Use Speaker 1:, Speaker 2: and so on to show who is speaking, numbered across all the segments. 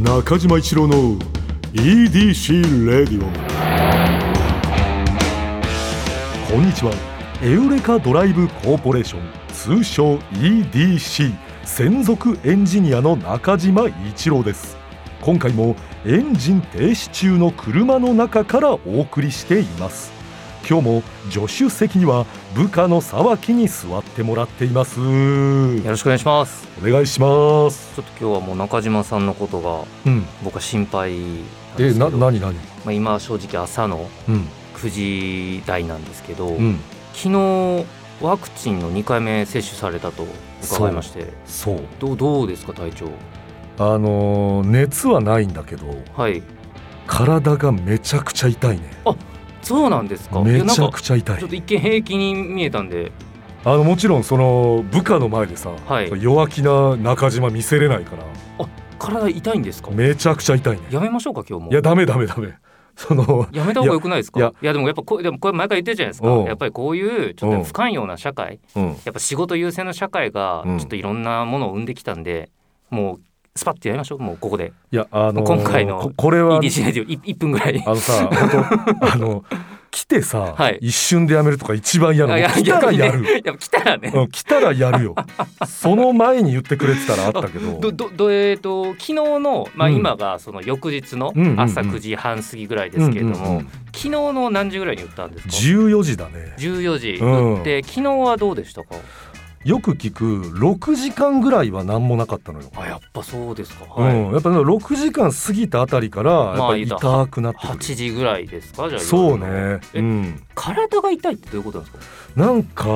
Speaker 1: 中島一郎の EDC レディオこんにちはエウレカドライブコーポレーション通称 EDC 専属エンジニアの中島一郎です今回もエンジン停止中の車の中からお送りしています今日も助手席には部下の沢木に座ってもらっています
Speaker 2: よろしくお願いします。
Speaker 1: お願いします
Speaker 2: ちょっと今日はもう中島さんのことが
Speaker 1: うん
Speaker 2: 僕は心配なんで
Speaker 1: え
Speaker 2: すけど
Speaker 1: な、何何
Speaker 2: まあ、今正直朝の
Speaker 1: うん
Speaker 2: 9時台なんですけど、
Speaker 1: うん
Speaker 2: 昨日ワクチンの2回目接種されたと伺いまして
Speaker 1: そう
Speaker 2: どうどうですか体調
Speaker 1: あのー熱はないんだけど
Speaker 2: はい
Speaker 1: 体がめちゃくちゃ痛いね
Speaker 2: そうなんですかい
Speaker 1: め
Speaker 2: やなん
Speaker 1: ちゃ
Speaker 2: か
Speaker 1: くちゃ痛
Speaker 2: ちょ
Speaker 1: い
Speaker 2: っと一見平気に見えたんで
Speaker 1: あのもちろんその部下の前でさ、
Speaker 2: はい
Speaker 1: 弱気な中島見せれないから
Speaker 2: 体痛いんですか
Speaker 1: めちゃくちゃ痛いね
Speaker 2: やめましょうか今日も
Speaker 1: いやダメダメダメその
Speaker 2: やめた方が良くないですか
Speaker 1: い
Speaker 2: い
Speaker 1: や
Speaker 2: やでもやっぱこうでもこれ前から言ってるじゃないですか
Speaker 1: うん
Speaker 2: やっぱりこういうちょっ
Speaker 1: うん
Speaker 2: と不寛容な社会
Speaker 1: うん
Speaker 2: やっぱ仕事優先の社会が
Speaker 1: うん
Speaker 2: ちょっといろんなものを生んできたんで、もうスパッとやりましょうもうここで
Speaker 1: いやあのー
Speaker 2: 今回の
Speaker 1: ここれは
Speaker 2: EDC レディオい1分ぐらい
Speaker 1: あのさ本当あの来てさ、
Speaker 2: はい
Speaker 1: 一瞬でやめるとか一番嫌な
Speaker 2: あい
Speaker 1: の
Speaker 2: や
Speaker 1: 来たらや
Speaker 2: 逆
Speaker 1: る
Speaker 2: にねやっぱ来たらね、
Speaker 1: うん来たらやるよその前に言ってくれてたらあったけど
Speaker 2: どどどえー、と昨日の、まあ、
Speaker 1: うん
Speaker 2: 今がその翌日の
Speaker 1: うんうんうん
Speaker 2: 朝9時半過ぎぐらいですけれども、
Speaker 1: うんうんうん
Speaker 2: 昨日の何時ぐらいに打ったんですか
Speaker 1: 14時だね
Speaker 2: 14時
Speaker 1: うん
Speaker 2: 打って、昨日はどうでしたか
Speaker 1: よく聞く6時間ぐらいは何もなかったのよ、
Speaker 2: あやっぱそうですか、はい
Speaker 1: うん、やっぱ6時間過ぎたあたりからやっぱり
Speaker 2: まあ言うた
Speaker 1: 痛くなってくる、
Speaker 2: 8時ぐらいですかじゃあ
Speaker 1: そう
Speaker 2: 夜の
Speaker 1: ね、
Speaker 2: え
Speaker 1: うん、
Speaker 2: 体が痛いってどういうことなんですか
Speaker 1: なんか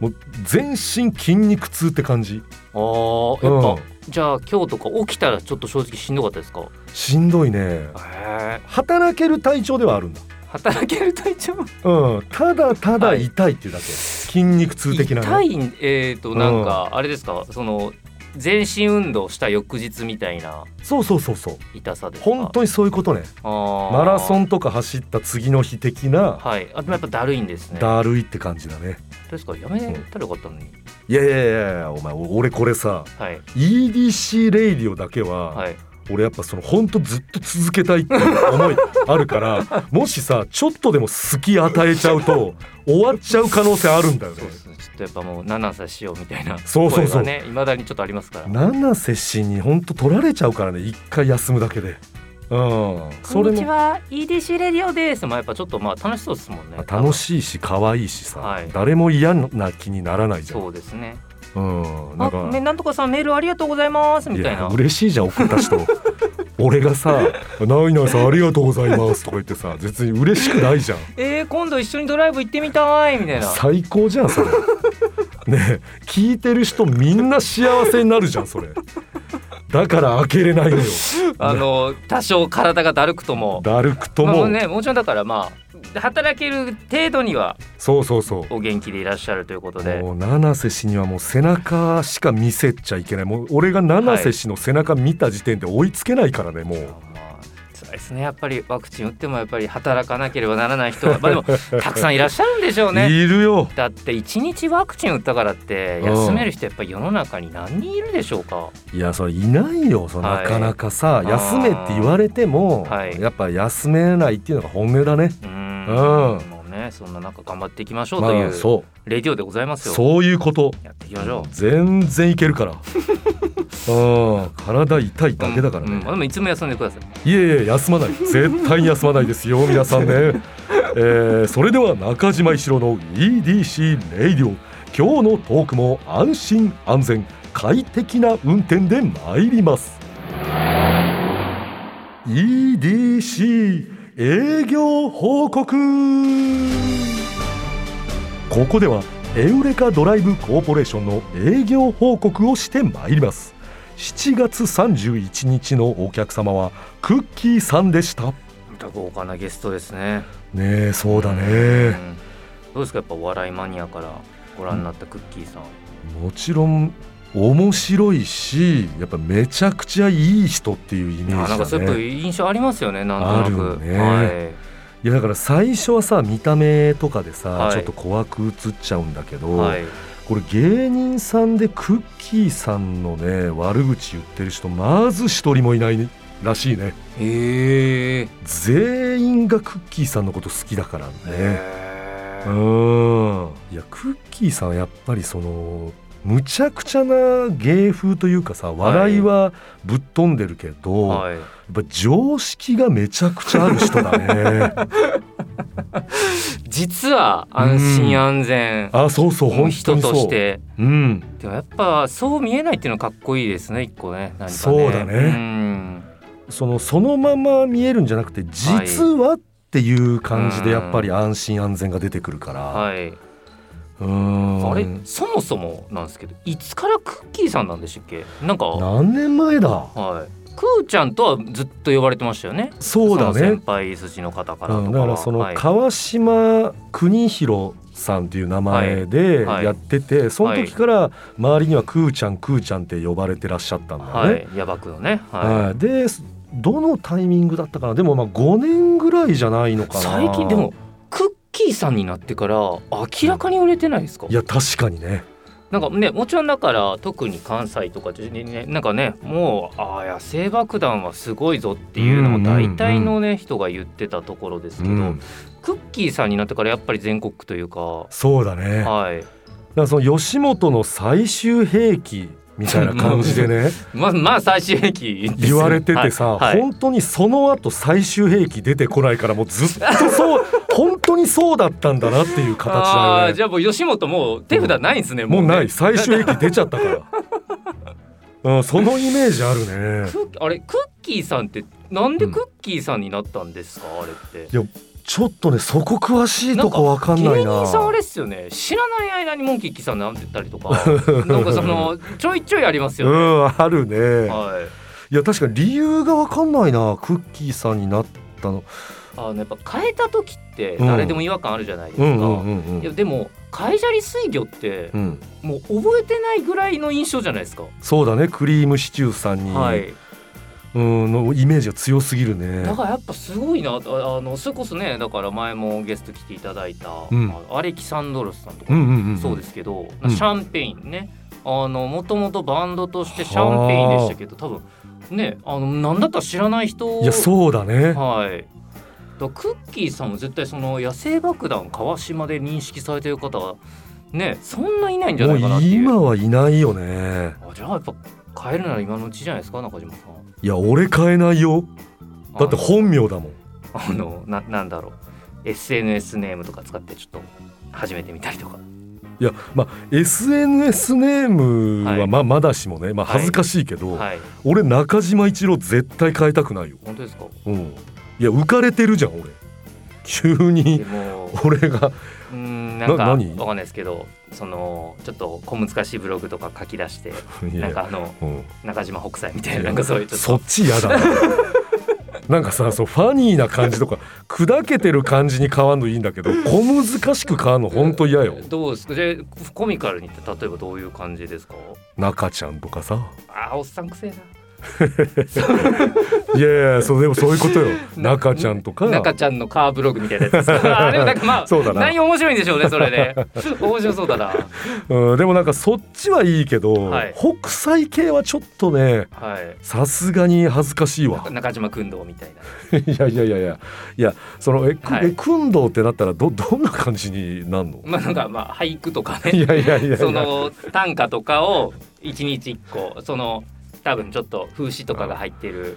Speaker 1: もう全身筋肉痛って感じ、
Speaker 2: あー
Speaker 1: う
Speaker 2: やっぱ、
Speaker 1: ん、
Speaker 2: じゃあ今日とか起きたらちょっと正直しんどかったですか
Speaker 1: しんどいね
Speaker 2: へえ
Speaker 1: 働ける体調ではあるんだ、
Speaker 2: 働ける体調
Speaker 1: うん、ただただ
Speaker 2: はい
Speaker 1: 痛いっていうだけ、筋肉痛的なね
Speaker 2: 痛いえっ、となんかあれですか、その全身運動した翌日みたいな
Speaker 1: そうそうそうそう
Speaker 2: 痛さですか
Speaker 1: 本当にそういうことね
Speaker 2: あ
Speaker 1: マラソ
Speaker 2: ン
Speaker 1: ンとか走った次の日的な
Speaker 2: はいあでもやっぱだるいんですねどう
Speaker 1: だるいって感じだね
Speaker 2: ですかやめたらよかったのに、
Speaker 1: いやいやいやいやお前お俺これさ
Speaker 2: はい
Speaker 1: EDC レイディオだけは、
Speaker 2: はい
Speaker 1: 俺やっぱその本当ずっと続けたいっていう思いある からもしさちょっとでも好き与えちゃうと終わっちゃう可能性あるんだよね
Speaker 2: そうですねちょっとやっぱもう七歳しようみたいな
Speaker 1: そうそうそう
Speaker 2: 声がねいまだにちょっとありますから
Speaker 1: 七瀬氏に本当取られちゃうからね一回休むだけでうん
Speaker 2: こ
Speaker 1: そ
Speaker 2: ん
Speaker 1: れ
Speaker 2: にち
Speaker 1: も
Speaker 2: は EDC レディオですまあやっぱちょっとまあ楽しそうですもんね
Speaker 1: 楽しいし可愛いしさ、
Speaker 2: はい
Speaker 1: 誰も嫌な気にならないじゃん
Speaker 2: そうですね
Speaker 1: うんなん
Speaker 2: あ
Speaker 1: か
Speaker 2: ねなんとかさんメールありがとうございますみたい
Speaker 1: や
Speaker 2: な
Speaker 1: 嬉しいじゃん送った 人俺がさ「ないないさんありがとうございます」とか言ってさ別に嬉しくないじゃん
Speaker 2: えー、今度一緒にドライブ行ってみたいみたいな
Speaker 1: 最高じゃん それねえ聞いてる人みんな幸せになるじゃんそれだから開けれないのよ
Speaker 2: あの多少体がだるくとも
Speaker 1: だるくと
Speaker 2: まあ
Speaker 1: も、
Speaker 2: ね、もちろんだからまあ働ける程度には
Speaker 1: そうそうそう
Speaker 2: お元気でいらっしゃるということで
Speaker 1: もう七瀬氏にはもう背中しか見せちゃいけないもう俺が七瀬氏の背中見た時点で追いつけないからねもう
Speaker 2: まあ辛いですねやっぱりワクチン打ってもやっぱり働かなければならない人は まあでもたくさんいらっしゃるんでしょうね。
Speaker 1: いるよ
Speaker 2: だって1日ワクチン打ったからって休める人やっぱり世の中に何人いるでしょうか
Speaker 1: いやそれいないよその
Speaker 2: はい
Speaker 1: なかなかさ、
Speaker 2: ー
Speaker 1: 休めって言われても、
Speaker 2: はい
Speaker 1: やっぱ休めないっていうのが本音だね
Speaker 2: うーん
Speaker 1: うん
Speaker 2: もうねそんな中頑張っていきましょうとい
Speaker 1: まあ
Speaker 2: う
Speaker 1: そ
Speaker 2: レディオでございま
Speaker 1: う
Speaker 2: すよ。
Speaker 1: そういうこと
Speaker 2: やっていきましょう。
Speaker 1: 全然いけるから うん体痛いだけだからね、
Speaker 2: うんうんでもいつも休んでください。
Speaker 1: いえいえ休まない絶対に休まないですよ皆さんね、えーそれでは中島一郎の EDC レイディオ今日のトークも安心安全快適な運転で参ります EDC 営業報告ここではエウレカドライブコーポレーションの営業報告をして参ります7月31日のお客様はクッキーさんでした
Speaker 2: また豪華なゲストですね。
Speaker 1: ねえそうだ
Speaker 2: う
Speaker 1: ね
Speaker 2: んどうですかやっぱお笑いマニアからご覧になったクッキーさん。
Speaker 1: もちろん面白いしやっぱめちゃくちゃいい人っていうイメ
Speaker 2: あなんか
Speaker 1: ージ
Speaker 2: そう
Speaker 1: だ
Speaker 2: いうやっぱ
Speaker 1: ね
Speaker 2: 印象ありますよねなんとなく。
Speaker 1: あるね
Speaker 2: はい
Speaker 1: いやだから最初はさ見た目とかでさ、
Speaker 2: はい
Speaker 1: ちょっと怖く映っちゃうんだけど、
Speaker 2: はい。
Speaker 1: これ芸人さんでクッキーさんのね悪口言ってる人まず一人もいないらしいね
Speaker 2: へえ
Speaker 1: 全員がクッキーさんのこと好きだからね
Speaker 2: へ
Speaker 1: うんいやクッキーさんはやっぱりそのむちゃくちゃな芸風というかさ笑いはぶっ飛んでるけど、
Speaker 2: ーはい
Speaker 1: やっぱ常識がめちゃくちゃある人だね
Speaker 2: 実は安心安全
Speaker 1: あそうそう
Speaker 2: もう
Speaker 1: 本当
Speaker 2: 人
Speaker 1: にそう
Speaker 2: として
Speaker 1: うん
Speaker 2: でもやっぱそう見えないっていうのかっこいいですね一個ね何かね
Speaker 1: そうだね
Speaker 2: うん
Speaker 1: そのそのまま見えるんじゃなくて実はっていう感じでやっぱり安心安全が出てくるから、
Speaker 2: はい、
Speaker 1: うーん
Speaker 2: あれそもそもなんですけどいつからクッキーさんなんでしたっけなんか
Speaker 1: 何年前だ
Speaker 2: はいクーちゃんとはずっと呼ばれてましたよね
Speaker 1: そうだ
Speaker 2: の先
Speaker 1: ね
Speaker 2: 輩筋の方から
Speaker 1: う
Speaker 2: とかは、
Speaker 1: ん、だからそ
Speaker 2: は
Speaker 1: の
Speaker 2: い
Speaker 1: 川島邦弘さんっていう名前で
Speaker 2: はい
Speaker 1: やってて、その時から周りにはクーちゃんクーちゃんって呼ばれてらっしゃったんだよね。
Speaker 2: はい、ヤバくのね、は
Speaker 1: はい、でどのタイミングだったかなでもまあ5年ぐらいじゃないの
Speaker 2: い、
Speaker 1: かな
Speaker 2: 最近でもクッキーさんになってから明らかに売れてないですか、
Speaker 1: いや確かにね
Speaker 2: なんかねもちろんだから特に関西とかでねなんかねもうああ野生爆弾はすごいぞっていうのも大体のね、人が言ってたところですけ
Speaker 1: う
Speaker 2: ど、
Speaker 1: ん
Speaker 2: クッキーさんになってからやっぱり全国区というか、は
Speaker 1: そうだねだ
Speaker 2: い、
Speaker 1: からその吉本の最終兵器みたいな感じで ね
Speaker 2: まあまあ最終駅です
Speaker 1: 言われててさ、
Speaker 2: はいはい
Speaker 1: 本当にその後最終兵器出てこないからもうずっとそう本当にそうだったんだなっていう形
Speaker 2: あ
Speaker 1: だ
Speaker 2: あ
Speaker 1: よ
Speaker 2: じ
Speaker 1: ね
Speaker 2: ゃあもう吉本もう手札ないんですね、
Speaker 1: もう
Speaker 2: ね
Speaker 1: ない最終兵器出ちゃったから、うん、そのイメージあるね
Speaker 2: クッあれクッキーさんってなんでクッキーさんになったんですか、あれって
Speaker 1: ちょっとねそこ詳しいとこわかんない
Speaker 2: 芸
Speaker 1: な
Speaker 2: 人さんあれっすよね知らない間にモンキッキーさんなんてたりと かなんかそのちょいちょいありますよ
Speaker 1: う
Speaker 2: ね、
Speaker 1: んあるね、
Speaker 2: はい
Speaker 1: いや確かに理由がわかんないなクッキーさんになったの
Speaker 2: あのやっぱ変えた時って誰でも違和感あるじゃないですか、
Speaker 1: んう
Speaker 2: いやでも海砂利水魚って
Speaker 1: うん
Speaker 2: もう覚えてないぐらいの印象じゃないですか、
Speaker 1: そうだねクリームシチューさんに、
Speaker 2: はい
Speaker 1: うんのイメージが強すぎるね
Speaker 2: だからやっぱすごいなああのそれこそねだから前もゲスト来ていただいた、
Speaker 1: うん
Speaker 2: あのアレキサンドロスさんとか
Speaker 1: うんうんうん
Speaker 2: そうですけど、
Speaker 1: うん
Speaker 2: シャンペインねあのもともとバンドとしてシャンペインでしたけど多分ねあの何だったら知らない人
Speaker 1: いやそうだね
Speaker 2: はいだからクッキーさんも絶対その野生爆弾川島で認識されてる方はねそんないないんじゃ
Speaker 1: も
Speaker 2: な
Speaker 1: う
Speaker 2: いかなっていう
Speaker 1: 今はいないよね
Speaker 2: あじゃあやっぱ変えるなら今のうちじゃないですか中島さん
Speaker 1: いや俺変えないよだって本名だもん
Speaker 2: あのななんだろう SNS ネームとか使ってちょっと始めてみたりとか
Speaker 1: いやまあ SNS ネーム
Speaker 2: は
Speaker 1: はいまあまだしもねまあ
Speaker 2: はい
Speaker 1: 恥ずかしいけど、
Speaker 2: はい
Speaker 1: 俺中島一郎絶対変えたくないよ
Speaker 2: 本当ですか
Speaker 1: うんいや浮かれてるじゃん俺急
Speaker 2: で
Speaker 1: に
Speaker 2: も
Speaker 1: 俺が
Speaker 2: うーんなんか
Speaker 1: な
Speaker 2: わか
Speaker 1: 何
Speaker 2: んないですけどそのちょっと小難しいブログとか書き出して
Speaker 1: いや
Speaker 2: なんかあの
Speaker 1: うん
Speaker 2: 中島北斎みたいななんかそういうちょっ
Speaker 1: そっち嫌だな なんかさそうファニーな感じとか砕けてる感じに変わんのいいんだけど小難しく変わんのほんと嫌よ
Speaker 2: とどうですかじゃあコミカルにって例えばどういう感じですか
Speaker 1: 中ちゃんとかさ
Speaker 2: あーおっさんくせえ
Speaker 1: いやいやそうでもそういうことよ
Speaker 2: な
Speaker 1: 中ちゃんとか
Speaker 2: な中ちゃんのカーブログみたいなや つですかあーでもなんかまあ
Speaker 1: そうだな
Speaker 2: 内容面白いんでしょうねそ れで面白そうだな
Speaker 1: うん、でもなんかそっちはいいけど、
Speaker 2: はい
Speaker 1: 北斎系はちょっとね
Speaker 2: はい
Speaker 1: さすがに恥ずかしい わ
Speaker 2: 中島君堂みたいない
Speaker 1: やいやいやいやいやそのえく、
Speaker 2: はい
Speaker 1: え訓導ってなったらどどんな感じに なんの
Speaker 2: まあなんかまあ俳句とかね
Speaker 1: いやいやいやいや
Speaker 2: その短歌とかを一日一個その多分ちょっと風刺とかが入ってる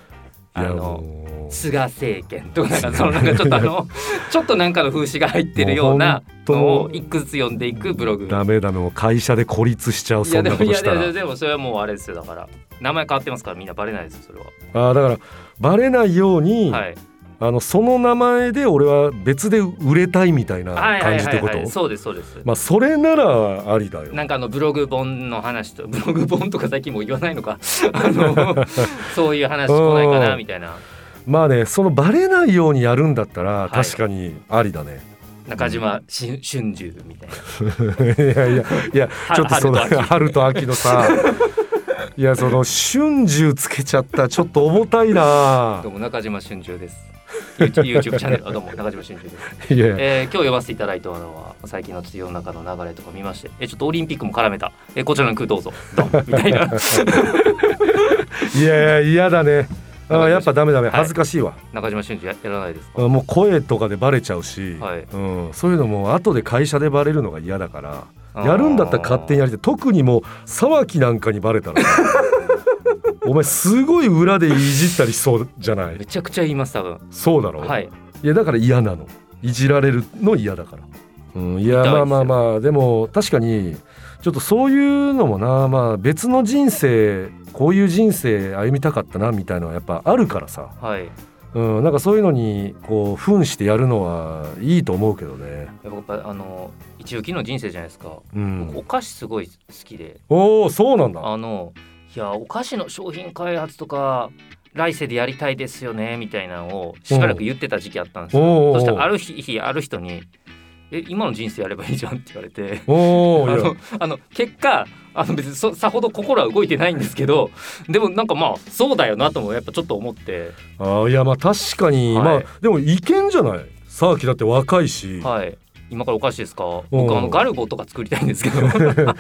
Speaker 1: い
Speaker 2: あ
Speaker 1: や
Speaker 2: の
Speaker 1: もう
Speaker 2: 菅政権とかなんかそのなんかちょっとあの ちょっとなんかの風刺が入ってるようなの
Speaker 1: もうほ
Speaker 2: を
Speaker 1: んと
Speaker 2: いくつ読んでいくブログ。
Speaker 1: ダメダメもう会社で孤立しちゃう
Speaker 2: い
Speaker 1: そ
Speaker 2: や
Speaker 1: ん
Speaker 2: で
Speaker 1: なこ
Speaker 2: もい
Speaker 1: と
Speaker 2: や
Speaker 1: し
Speaker 2: で
Speaker 1: た
Speaker 2: も
Speaker 1: ら
Speaker 2: でもそれはもうあれですよだから名前変わってますからみんなバレないですよそれは。
Speaker 1: あーだからバレないように、
Speaker 2: はい。
Speaker 1: あのその名前で俺は別で売れたいみたいな
Speaker 2: はいは
Speaker 1: 感
Speaker 2: い
Speaker 1: じっ
Speaker 2: は
Speaker 1: て
Speaker 2: い
Speaker 1: こ
Speaker 2: はい。
Speaker 1: と
Speaker 2: そうですそうです。
Speaker 1: まあそれならありだよ
Speaker 2: なんかあのブログ本の話とブ ログ本とか最近もう言わないのか あ のそういう話来ないかなみたいな
Speaker 1: まあねそのバレないようにやるんだったら
Speaker 2: い
Speaker 1: 確かにありだね、
Speaker 2: 中島し春秋みたいな。
Speaker 1: い、やいやいやちょっとその
Speaker 2: 春と秋
Speaker 1: 春と秋の さいやその春秋つけちゃったらちょっと重たいな
Speaker 2: どうも中島春秋です。 YouTube チャンネルあどうも中島 俊二です。
Speaker 1: いやいや
Speaker 2: えー今日読ませていただいたのは最近の世の中の流れとか見まして、えーちょっとオリンピックも絡めた、えーこちらの句ど うぞドンみたいな
Speaker 1: いやいや嫌だねあーやっぱダメダメ
Speaker 2: はい
Speaker 1: 恥ずかしいわ、
Speaker 2: 中島俊二ややらないですか。
Speaker 1: あもう声とかでバレちゃうし、
Speaker 2: はい
Speaker 1: うん、そういうのも後で会社でバレるのが嫌だから やるんだったら勝手にや
Speaker 2: る。
Speaker 1: りたい特にもう沢木なんかにバレた らお前すごい裏でいじったりしそうじゃない
Speaker 2: めちゃくちゃ言います多分。
Speaker 1: そうだろう、
Speaker 2: はい。
Speaker 1: いやだから嫌なのいじられるの嫌だから、うん、いや
Speaker 2: 痛
Speaker 1: ま
Speaker 2: いです
Speaker 1: あ
Speaker 2: よ
Speaker 1: まあまあでも確かにちょっとそういうのもなまあ別の人生こういう人生歩みたかったなみたいのはやっぱあるからさ、
Speaker 2: はい。
Speaker 1: うん、なんかそういうのにこう扮してやるのはいいと思うけどね、
Speaker 2: やっぱあの一時期の人生じゃないですか。
Speaker 1: うん
Speaker 2: 僕、お菓子すごい好きで、
Speaker 1: おおそうなんだ
Speaker 2: あのいやお菓子の商品開発とか来世でやりたいですよねみたいなのをしばらく言ってた時期あったんですよ。
Speaker 1: おうおうおう
Speaker 2: そしたらある日日ある人にえ今の人生やればいいじゃんって言われて。
Speaker 1: おおい
Speaker 2: あ
Speaker 1: や
Speaker 2: のあの結果あの別にそさほど心は動いてないんですけどでもなんかまあそうだよなともやっぱちょっと思って
Speaker 1: あーいやまあ確かに、
Speaker 2: はい
Speaker 1: まあでもいけんじゃない沢木だって若いし、
Speaker 2: はい今からお菓子ですか僕あのガルボとか作りたいんですけど
Speaker 1: い、やが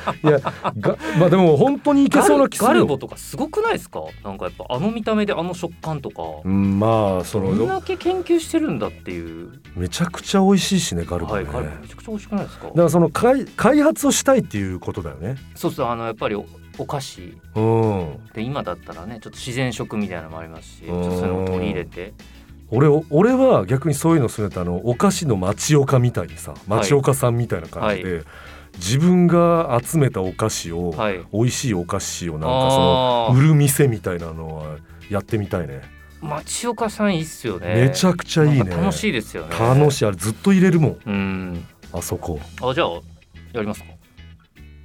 Speaker 1: まあでも本当にいけ
Speaker 2: ガ
Speaker 1: そう
Speaker 2: ル
Speaker 1: な気する
Speaker 2: ガ
Speaker 1: よ
Speaker 2: ルボとかすごくないですかなんかやっぱあの見た目であの食感とか
Speaker 1: うんまあそ
Speaker 2: どん
Speaker 1: の
Speaker 2: だけ研究してるんだっていう
Speaker 1: めちゃくちゃ美味しいしねガルボ
Speaker 2: は
Speaker 1: ね、
Speaker 2: いガルボめちゃくちゃ美味しくないですか
Speaker 1: だからその開開発をしたいっていうことだよね
Speaker 2: そうそうあのやっぱりおお菓子
Speaker 1: うん
Speaker 2: で今だったらねちょっと自然食みたいなのもありますしち
Speaker 1: う
Speaker 2: ょ
Speaker 1: ん
Speaker 2: っとそういうのを取り入れて
Speaker 1: 俺を俺は逆にそういうのするとあのお菓子の町岡みたいにさ町岡さんみたいな感じで、自分が集めたお菓子を、
Speaker 2: はい
Speaker 1: 美味しいお菓子をなんかその
Speaker 2: あ
Speaker 1: 売
Speaker 2: ー
Speaker 1: る店みたいなのはやってみたいね、
Speaker 2: 町岡さんいいっすよね
Speaker 1: めちゃくちゃいいね
Speaker 2: なんか楽しいですよね
Speaker 1: 楽しいあれずっと入れるもん
Speaker 2: うん
Speaker 1: あそこ
Speaker 2: あじゃあやりますか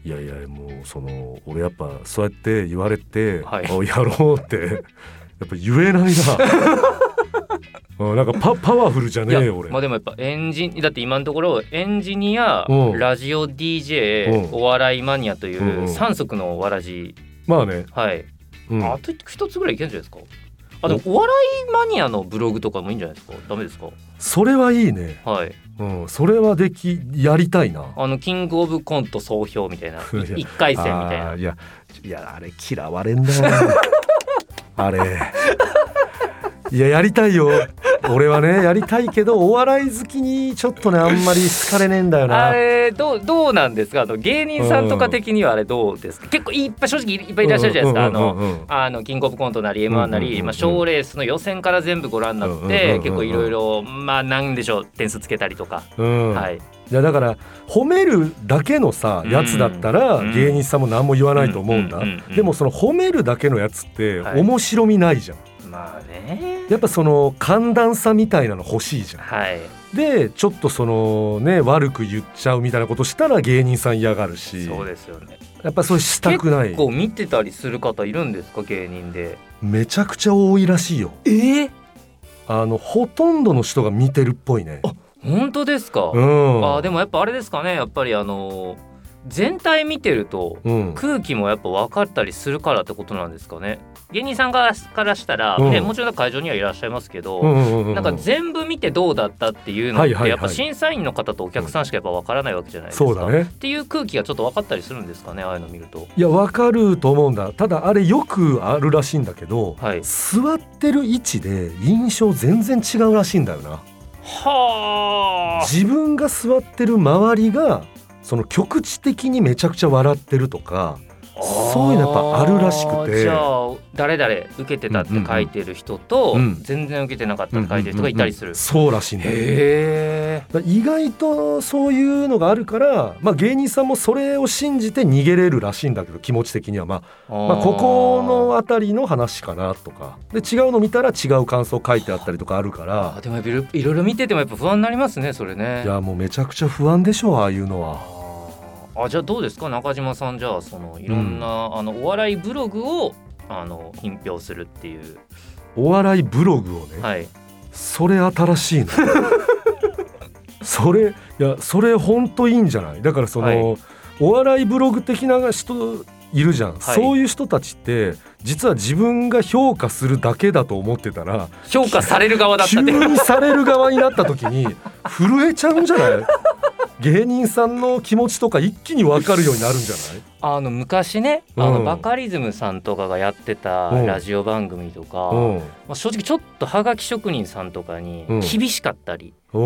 Speaker 1: いやいやもうその俺やっぱそうやって言われて、
Speaker 2: はい
Speaker 1: あやろうってやっぱ言えないなうんなんかパパワフルじゃ
Speaker 2: い
Speaker 1: ねえ
Speaker 2: や
Speaker 1: よ俺、
Speaker 2: まあでもやっぱエンジニだって今のところエンジニア
Speaker 1: うん
Speaker 2: ラジオ DJ
Speaker 1: うん
Speaker 2: お笑いマニアとい
Speaker 1: うんう
Speaker 2: うん3足のわらじ
Speaker 1: まあね、
Speaker 2: はい
Speaker 1: うん
Speaker 2: あと一つぐらいいけるんじゃないですかあでもお笑いマニアのブログとかもいいんじゃないですかダメですか
Speaker 1: それはいいね、
Speaker 2: はい
Speaker 1: うん、それはできやりたいな
Speaker 2: あのキングオブコント総評みた いない
Speaker 1: や
Speaker 2: 1回戦みたい
Speaker 1: あ
Speaker 2: な
Speaker 1: ーいやいやあれ嫌われんだ よあれいややりたいよ俺はねやりたいけどお笑い好きにちょっとねあんまり好かれねえんだよな
Speaker 2: あれどうどうなんですかあの芸人さんとか的にはあれどうですか結構いっぱい正直いっぱいいらっしゃるじゃないですかあの
Speaker 1: うんうんうんうん
Speaker 2: あのキングオブコントなり
Speaker 1: うんうんうん
Speaker 2: M1 なり、まあ、賞レースの予選から全部ご覧になって、
Speaker 1: うんうんうんうん
Speaker 2: 結構いろいろまあなんでしょう点数つけたりとか、
Speaker 1: うん、
Speaker 2: はいい
Speaker 1: やだから褒めるだけのさ
Speaker 2: うん
Speaker 1: やつだったら
Speaker 2: うん
Speaker 1: 芸人さんも何も言わないと思うんだ、
Speaker 2: うんうんうんうん
Speaker 1: でもその褒めるだけのやつって
Speaker 2: はい
Speaker 1: 面白みないじゃん、
Speaker 2: まあね
Speaker 1: やっぱその寒暖差みたいなの欲しいじゃん
Speaker 2: はい
Speaker 1: でちょっとそのね悪く言っちゃうみたいなことしたら芸人さん嫌がるし
Speaker 2: そうですよね
Speaker 1: やっぱそれしたくない
Speaker 2: 結構見てたりする方いるんですか芸人で
Speaker 1: めちゃくちゃ多いらしいよ
Speaker 2: えー、
Speaker 1: あのほとんどの人が見てるっぽいね
Speaker 2: 本当ですか、
Speaker 1: うん
Speaker 2: あーでもやっぱあれですかねやっぱりあのー全体見てると
Speaker 1: うん
Speaker 2: 空気もやっぱ分かったりするからってことなんですかね芸人さんがからしたら、
Speaker 1: うん
Speaker 2: ねもちろん会場にはいらっしゃいますけど、
Speaker 1: うんうんうんう
Speaker 2: なんか全部見てどうだったっていうのっ
Speaker 1: はい
Speaker 2: て
Speaker 1: はいはい
Speaker 2: やっぱ審査員の方とお客さんしかやっぱ分からないわけじゃないですか。
Speaker 1: そうだね
Speaker 2: っていう空気がちょっと分かったりするんですかねああいうの見ると。
Speaker 1: いやわかると思うんだただあれよくあるらしいんだけど、
Speaker 2: はい
Speaker 1: 座ってる位置で印象全然違うらしいんだよな
Speaker 2: は
Speaker 1: 自分が座ってる周りがその局地的にめちゃくちゃ笑ってるとか
Speaker 2: あ
Speaker 1: そういうのやっぱあるらしくて
Speaker 2: じゃあ誰々受けてたって書いてる人と、
Speaker 1: うんうんうん
Speaker 2: 全然受けてなかったって書いてる人がいたりする。
Speaker 1: そうらしいんだよ
Speaker 2: へえ。
Speaker 1: だから意外とそういうのがあるから、まあ、芸人さんもそれを信じて逃げれるらしいんだけど気持ち的には、まあ、まあここの辺りの話かなとかで違うの見たら違う感想書いてあったりとかあるか
Speaker 2: あー
Speaker 1: ら
Speaker 2: でもやっぱいろいろいろ見ててもやっぱ不安になりますねそれね。
Speaker 1: いやもうめちゃくちゃ不安でしょああいうの
Speaker 2: あ
Speaker 1: は。
Speaker 2: ーあじゃあどうですか中島さんじゃあそのいろんな、あのお笑いブログをあの品評するっていう
Speaker 1: お笑いブログをね、
Speaker 2: はい
Speaker 1: それ新しいの それいやそれほんといいんじゃないだからその、お笑いブログ的な人いるじゃん、
Speaker 2: はい
Speaker 1: そういう人たちって実は自分が評価するだけだと思ってたら
Speaker 2: 評価される側だった
Speaker 1: 急
Speaker 2: って
Speaker 1: にされる側になった時 に震えちゃうんじゃない芸人さんの気持ちとか一気に分かるようになるんじゃない
Speaker 2: あの昔ね、あ
Speaker 1: う
Speaker 2: の
Speaker 1: ん
Speaker 2: バカリズムさんとかがやってた
Speaker 1: うん
Speaker 2: ラジオ番組とか、
Speaker 1: うん
Speaker 2: まあ、正直ちょっとはがき職人さんとかに
Speaker 1: うん
Speaker 2: 厳しかったり
Speaker 1: お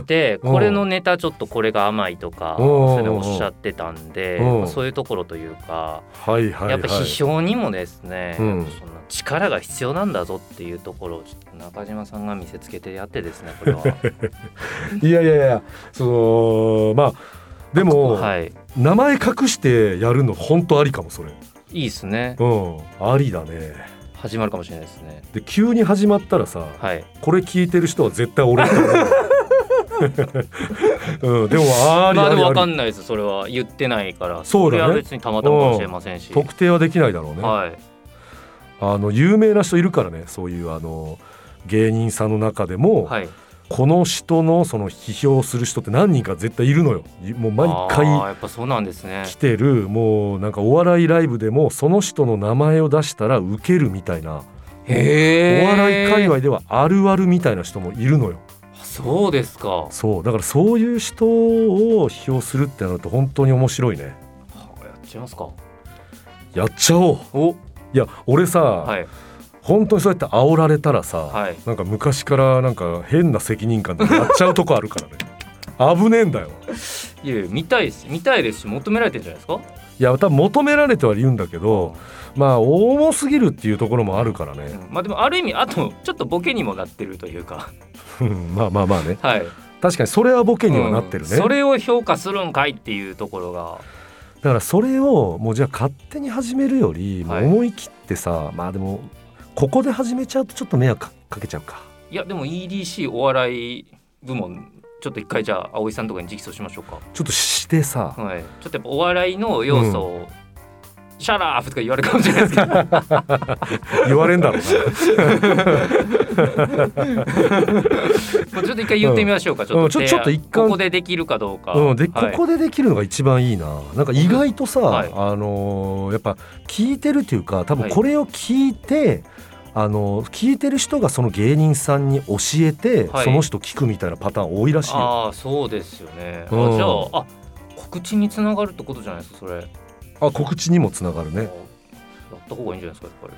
Speaker 1: ー
Speaker 2: て、
Speaker 1: うん
Speaker 2: これのネタちょっとこれが甘いとか、
Speaker 1: うん
Speaker 2: それでおっしゃってたんで、
Speaker 1: うん
Speaker 2: まあそういうところというか、
Speaker 1: はいはいはい
Speaker 2: やっぱ批評にもですね、
Speaker 1: うん
Speaker 2: やっぱその力が必要なんだぞっていうところをちょっと中島さんが見せつけてやってですねこれ は。
Speaker 1: いやいやいやそのまあでも、
Speaker 2: はい
Speaker 1: 名前隠してやるの本当ありかもそれ
Speaker 2: いいですね
Speaker 1: うんありだね
Speaker 2: 始まるかもしれないですね。
Speaker 1: で急に始まったらさ
Speaker 2: はい、
Speaker 1: これ聞いてる人は絶対俺だと 思う、うん、でもあり
Speaker 2: まあ
Speaker 1: あり
Speaker 2: でも分か
Speaker 1: あり
Speaker 2: んないですそれは言ってないから
Speaker 1: そうだね
Speaker 2: れは別にたまたまかもしれませんし、
Speaker 1: 特定はできないだろうね、
Speaker 2: はい
Speaker 1: あの有名な人いるからねそういうあの芸人さんの中でも、
Speaker 2: はい
Speaker 1: この人のその批評する人って何人か絶対いるのよいもう毎回
Speaker 2: あーやっぱそうなんですね
Speaker 1: 来てるもうなんかお笑いライブでもその人の名前を出したらウケるみたいな
Speaker 2: へえ
Speaker 1: お笑い界隈ではあるあるみたいな人もいるのよ
Speaker 2: そうですか
Speaker 1: そうだからそういう人を批評するってなると本当に面白いね
Speaker 2: やっちゃいますか
Speaker 1: やっちゃおう
Speaker 2: お
Speaker 1: いや俺さ、
Speaker 2: はい
Speaker 1: 本当にそうやって煽られたらさ、
Speaker 2: はい
Speaker 1: なんか昔からなんか変な責任感でやっちゃうとこあるから ね危ねえんだよ
Speaker 2: いやいや見たいです見たいですし求められてるんじゃないですか
Speaker 1: いや多分求められてはいるんだけどまあ重すぎるっていうところもあるから
Speaker 2: う
Speaker 1: ね
Speaker 2: んまあでもある意味あとちょっとボケにもなってるとい うか
Speaker 1: うんまあまあまあね
Speaker 2: はい
Speaker 1: 確かにそれはボケにはなってる
Speaker 2: う
Speaker 1: ね、
Speaker 2: んそれを評価するんかいっていうところが
Speaker 1: だからそれをもうじゃあ勝手に始めるよりもう
Speaker 2: はい
Speaker 1: 思い切ってさ、まあでもここで始めちゃうとちょっと迷惑かかけちゃうか
Speaker 2: いやでも EDC お笑い部門ちょっと一回じゃあ葵さんとかに直訴しましょうか
Speaker 1: ちょっとしてさ
Speaker 2: はい、ちょっとやっぱお笑いの要素を、シャラーフとか言われるかもしれないですけ ど
Speaker 1: 言われん だろうな
Speaker 2: もうちょっと一回言ってみましょうか、ちょっと、
Speaker 1: うんちょちょっと一回
Speaker 2: ここでできるかどうか、
Speaker 1: うん、でこ
Speaker 2: はい
Speaker 1: こでできるのが一番いいななんか意外とさ、
Speaker 2: はい
Speaker 1: あのーやっぱ聞いてるというか多分
Speaker 2: はい
Speaker 1: これを聞いて、あのー聞いてる人がその芸人さんに教えて、
Speaker 2: はい
Speaker 1: その人聞くみたいなパターン多いらしいよ
Speaker 2: ああそうですよね、
Speaker 1: うん
Speaker 2: あじゃああ告知につながるってことじゃないですかそれ、や
Speaker 1: あ告知にもつながるね
Speaker 2: った方がいいんじゃないですかやっぱ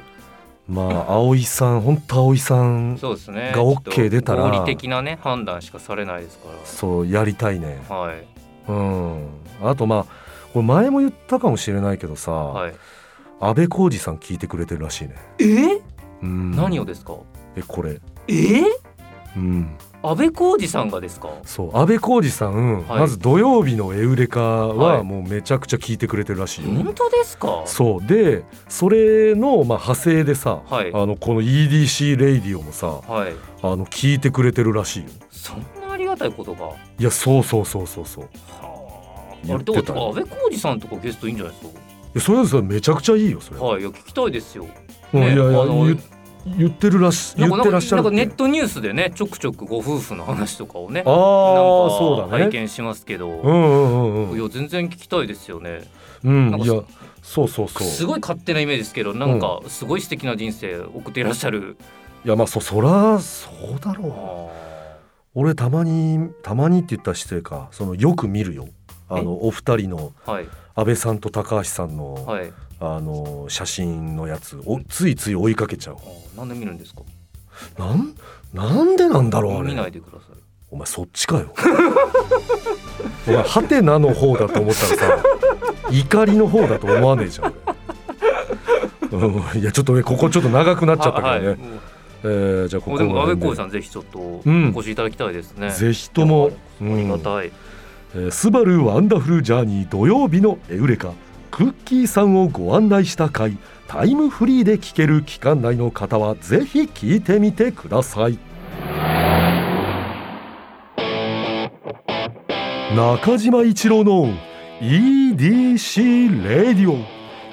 Speaker 1: まあ葵さん本当葵さん
Speaker 2: りそうですね
Speaker 1: が OK
Speaker 2: ちょっと
Speaker 1: 出たら
Speaker 2: 合理的なね判断しかされないですか
Speaker 1: そうやりたいね
Speaker 2: らはい
Speaker 1: うんあとまあこれ前も言ったかもしれないけどさ、
Speaker 2: はい
Speaker 1: 安倍浩二さん聞いてくれてるらしいね
Speaker 2: え
Speaker 1: うん
Speaker 2: 何をですか
Speaker 1: えこれ
Speaker 2: えー、
Speaker 1: うん
Speaker 2: 安倍浩二さんがですか
Speaker 1: そう安倍浩二さん、
Speaker 2: はい
Speaker 1: まず土曜日の「エウレカ」
Speaker 2: は
Speaker 1: はいもうめちゃくちゃ聞いてくれてるらしいよ、
Speaker 2: 本当ですか
Speaker 1: そうでそれのまあ派生でさ、
Speaker 2: はい
Speaker 1: あのこの EDC レイディオもさ
Speaker 2: はい
Speaker 1: あの聞いてくれてるらしいよ
Speaker 2: そんなありがたいことが
Speaker 1: いやそうそうそうそうそうい
Speaker 2: はあ、
Speaker 1: 言
Speaker 2: あ
Speaker 1: っ
Speaker 2: れ
Speaker 1: て
Speaker 2: ど
Speaker 1: た
Speaker 2: う
Speaker 1: よ
Speaker 2: とか安倍浩二さんとかゲストいいんじゃないです
Speaker 1: やそれぞれめちゃくちゃいいよそれ、
Speaker 2: か。はい、いや聞きたいですよ。
Speaker 1: うん
Speaker 2: ね
Speaker 1: いやいや
Speaker 2: あの
Speaker 1: 言言ってるらし
Speaker 2: な
Speaker 1: 言
Speaker 2: んか
Speaker 1: ってらっしゃる
Speaker 2: な
Speaker 1: っ
Speaker 2: んか
Speaker 1: て
Speaker 2: ネットニュースでね、ちょくちょくご夫婦の話とかをね、
Speaker 1: ああ
Speaker 2: なんか
Speaker 1: そうだね
Speaker 2: 拝見しますけ
Speaker 1: う
Speaker 2: ど、
Speaker 1: んうんうん
Speaker 2: いうや全然聞きたいですよね。
Speaker 1: ん、
Speaker 2: な
Speaker 1: うんん、
Speaker 2: か
Speaker 1: いやそうそうそう
Speaker 2: すごい勝手なイメージですけど、なんかすごい素敵な人生送っていらっしゃる。
Speaker 1: いやまあそそらそうだろう
Speaker 2: あ
Speaker 1: 俺たまにたまにって言ったら失礼かそのよく見るよあのお二人の
Speaker 2: ーはい
Speaker 1: 安倍さんと高橋さんの、
Speaker 2: はい。
Speaker 1: あの写真のやつをついつい追いかけちゃう
Speaker 2: あーなんで見るんですか。
Speaker 1: なんなんでなんだろうあ
Speaker 2: 見な
Speaker 1: れ
Speaker 2: いでください。
Speaker 1: お前そっちかよ お前ハテナの方だと思ったらさ怒りの方だと思わねえじゃん、うん、いやちょっとねここちょっと長くなっちゃったからね、
Speaker 2: はいもう
Speaker 1: えーじゃあこ
Speaker 2: も
Speaker 1: こ
Speaker 2: うでも
Speaker 1: は
Speaker 2: 安
Speaker 1: ね
Speaker 2: 倍浩二さんぜひちょっとお
Speaker 1: うん
Speaker 2: 越しいただきたいですね。
Speaker 1: ぜひとも、
Speaker 2: あり
Speaker 1: う
Speaker 2: が
Speaker 1: ん
Speaker 2: たい。
Speaker 1: えースバルワンダフルジャーニー土曜日のエウレカクッキーさんをご案内した回タイムフリーで聴ける期間内の方はぜひ聞いてみてください中島一郎の EDC レディオ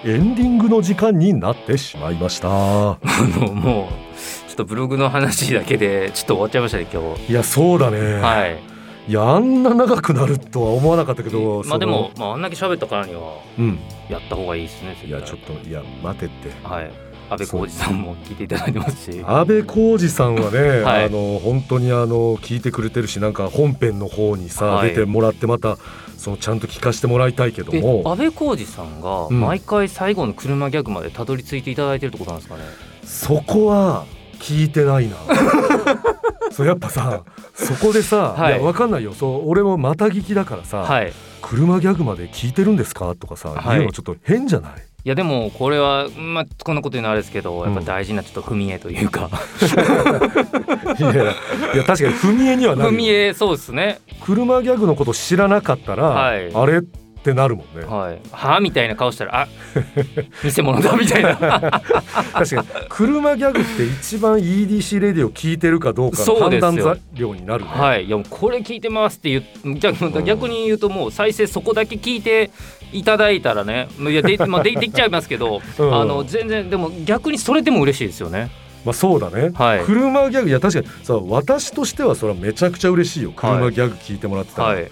Speaker 1: エンディングの時間になってしまいました
Speaker 2: あのもうちょっとブログの話だけでちょっと終わっちゃいましたね今日。
Speaker 1: いやそうだね、
Speaker 2: はい。
Speaker 1: い、やあんな長くなるとは思わなかったけどそ
Speaker 2: まあ
Speaker 1: の
Speaker 2: でもまああんだけ喋ったからには
Speaker 1: うん
Speaker 2: やった方がいいですね。絶対
Speaker 1: いやちょっといや待てって
Speaker 2: はい。安倍浩二さんも聞いていただいてますし。
Speaker 1: 安倍浩二さんはね、
Speaker 2: はい
Speaker 1: あの本当にあの聞いてくれてるしなんか本編の方にさ、
Speaker 2: はい
Speaker 1: 出てもらってまたそのちゃんと聞かせてもらいたいけど
Speaker 2: で
Speaker 1: も
Speaker 2: 安倍浩二さんが
Speaker 1: うん
Speaker 2: 毎回最後の車ギャグまでたどり着いていただいてるってことなんですかね、
Speaker 1: そこは聞いてない なそうやっぱさそこでさ、、
Speaker 2: はいい
Speaker 1: やわかんないよそう俺もまた聞きだからさ、
Speaker 2: はいい
Speaker 1: 車ギャグまで聞いてるんですかとかさ、
Speaker 2: はい
Speaker 1: 言うのちょっと変じゃない
Speaker 2: やでもこれは、まあ、こんなこと言うのはあれですけどやっぱ大事なちょっと踏み絵という か、
Speaker 1: いやいやいや確かに踏み絵にはな
Speaker 2: 踏み
Speaker 1: るよ
Speaker 2: 絵そうですね
Speaker 1: 車ギャグのこと知らなかったら、
Speaker 2: はい
Speaker 1: あれってなるもんね
Speaker 2: はいはみたいな顔したら あ偽物だみたいな
Speaker 1: 確かに車ギャグって一番 EDC レディを聞いてるかどうかの
Speaker 2: そう
Speaker 1: 判
Speaker 2: ですよ
Speaker 1: 断材料になるね、
Speaker 2: はいいやもうこれ聞いてますって言う逆
Speaker 1: うん
Speaker 2: 逆に言うともう再生そこだけ聞いていただいたらねいやで,、 まあ、でできちゃいますけど、
Speaker 1: うん
Speaker 2: あの全然でも逆にそれでも嬉しいですよね
Speaker 1: まあそうだね、
Speaker 2: はい
Speaker 1: 車ギャグいや確かにさ私としてはそれはめちゃくちゃ嬉しいよ車ギャグ聞いてもらってたら、
Speaker 2: はい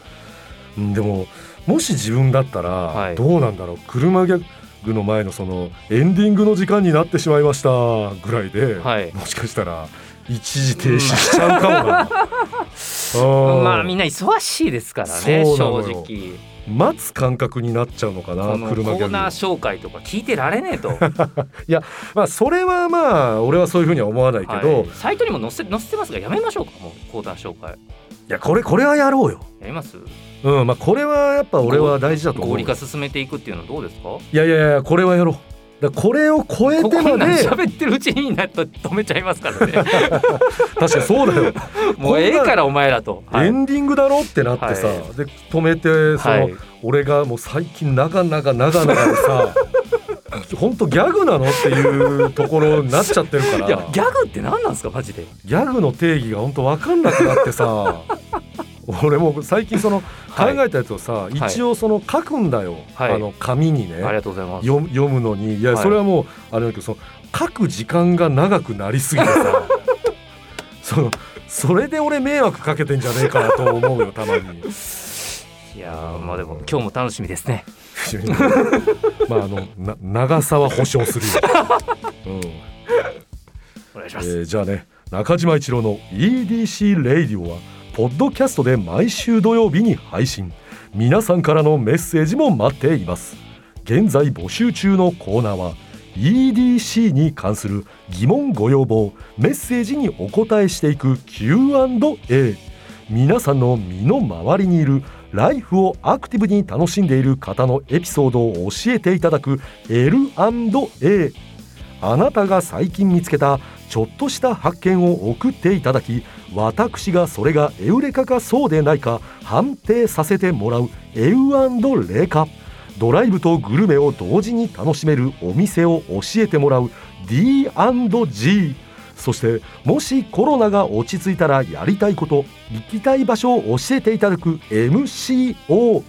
Speaker 1: うんでももし自分だった
Speaker 2: は
Speaker 1: ら
Speaker 2: い
Speaker 1: どうなんだろう、車ギャグの前のそのエンディングの時間になってしまいましたぐらいで、
Speaker 2: はい
Speaker 1: もしかしたら一時停止しちゃうかも なあー。
Speaker 2: まあみんな忙しいですからね
Speaker 1: そうなの
Speaker 2: 正
Speaker 1: よ
Speaker 2: 直
Speaker 1: 待つ感覚になっちゃうのかな
Speaker 2: このコ
Speaker 1: 車ギ
Speaker 2: ー
Speaker 1: ャグ
Speaker 2: ナー紹介とか聞いてられねえと
Speaker 1: まあそれはまあ俺はそういうふうには思わないけど、、
Speaker 2: はいいサイトにも載せ載せてますがやめましょうかもうコーナー紹介
Speaker 1: やこれこれはやろうよ。
Speaker 2: やります
Speaker 1: うんまあこれはやっぱ俺は大事だと思
Speaker 2: 合
Speaker 1: う
Speaker 2: 理
Speaker 1: よ。
Speaker 2: 化進めていくっていうのはどうですか
Speaker 1: いやいやいやこれはやろう。だからこれを超え
Speaker 2: こ
Speaker 1: て
Speaker 2: こ
Speaker 1: ま
Speaker 2: な
Speaker 1: で
Speaker 2: 喋ってるうちになった止めちゃいますか らね
Speaker 1: 確かにそうだよ、
Speaker 2: もうええからお前らと、はい
Speaker 1: エンディングだろってなってさ、
Speaker 2: は
Speaker 1: で止めてその、
Speaker 2: はい
Speaker 1: 俺がもう最近長々長々でさ本当ギャグなのっていうところになっちゃってるから
Speaker 2: いやギャグって何なんですかマジで
Speaker 1: ギャグの定義が本当わかんなくなって さ俺も最近その考
Speaker 2: はい
Speaker 1: えたやつをさ、一応その書くんだよ、
Speaker 2: はい
Speaker 1: あの紙にね
Speaker 2: ありがとうございます
Speaker 1: 読む読むのにいや
Speaker 2: はい
Speaker 1: それはもうあれだけどその書く時間が長くなりすぎて さそのそれで俺迷惑かけてんじゃねえかなと思うよたま に。
Speaker 2: いやーまあでも今日も楽しみですね
Speaker 1: まああのな長さは保証す るよ。うん
Speaker 2: お願いし
Speaker 1: え
Speaker 2: ます、
Speaker 1: ーじゃあね中島一郎の EDC レイディオはポッドキャストで毎週土曜日に配信皆さんからのメッセージも待っています現在募集中のコーナーは EDC に関する疑問ご要望メッセージにお答えしていく Q&A 皆さんの身の回りにいるライフをアクティブに楽しんでいる方のエピソードを教えていただく L&A あなたが最近見つけたちょっとした発見を送っていただき私がそれがエウレカかそうでないか判定させてもらうエウレカドライブとグルメを同時に楽しめるお店を教えてもらう D&G そしてもしコロナが落ち着いたらやりたいこと行きたい場所を教えていただく MCO こ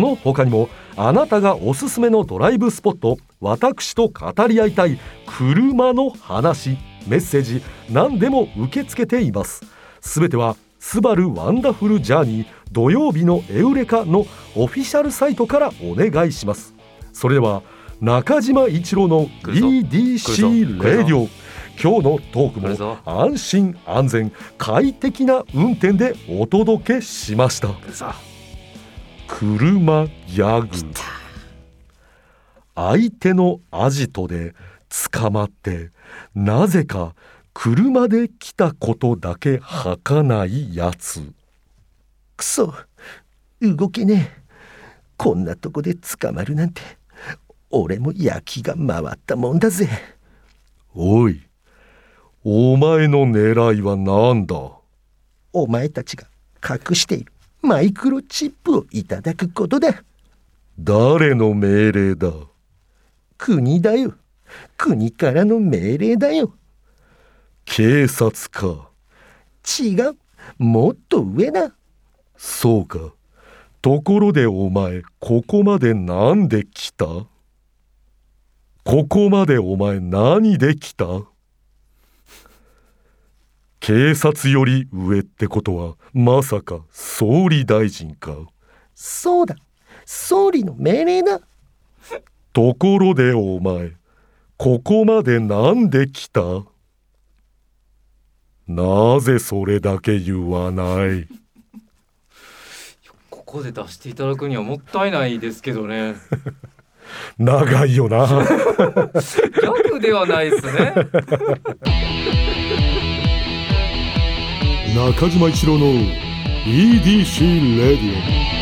Speaker 1: の他にもあなたがおすすめのドライブスポット私と語り合いたい車の話メッセージ何でも受け付けていますすべては「スバルワンダフルジャーニー土曜日のエウレカ」のオフィシャルサイトからお願いしますそれでは中島一郎の
Speaker 2: 来るぞ
Speaker 1: EDC レディオ今日のトーク
Speaker 2: 来る
Speaker 1: も
Speaker 2: ぞ
Speaker 1: 安心安全快適な運転でお届けしました
Speaker 2: さあ
Speaker 1: 車ギャグ相手のアジトで捕まってなぜか車で来たことだけ吐かないやつ
Speaker 3: くそ動けねえこんなとこで捕まるなんて俺も焼きが回ったもんだぜ
Speaker 1: おいお前の狙いは何だ
Speaker 3: お前たちが隠しているマイクロチップをいただくことだ
Speaker 1: 誰の命令だ
Speaker 3: 国だよ国からの命令だよ
Speaker 1: 警察か
Speaker 3: 違うもっと上だ
Speaker 1: そうかところでお前ここまでなんで来たここまでお前何で来た警察より上ってことはまさか総理大臣か
Speaker 3: そうだ総理の命令だ
Speaker 1: ところでお前ここまでなんで来たなぜそれだけ言わない
Speaker 2: ここで出していただくにはもったいないですけどね
Speaker 1: 長いよな
Speaker 2: ギャグではないですね
Speaker 1: 中島一郎の EDC レディオ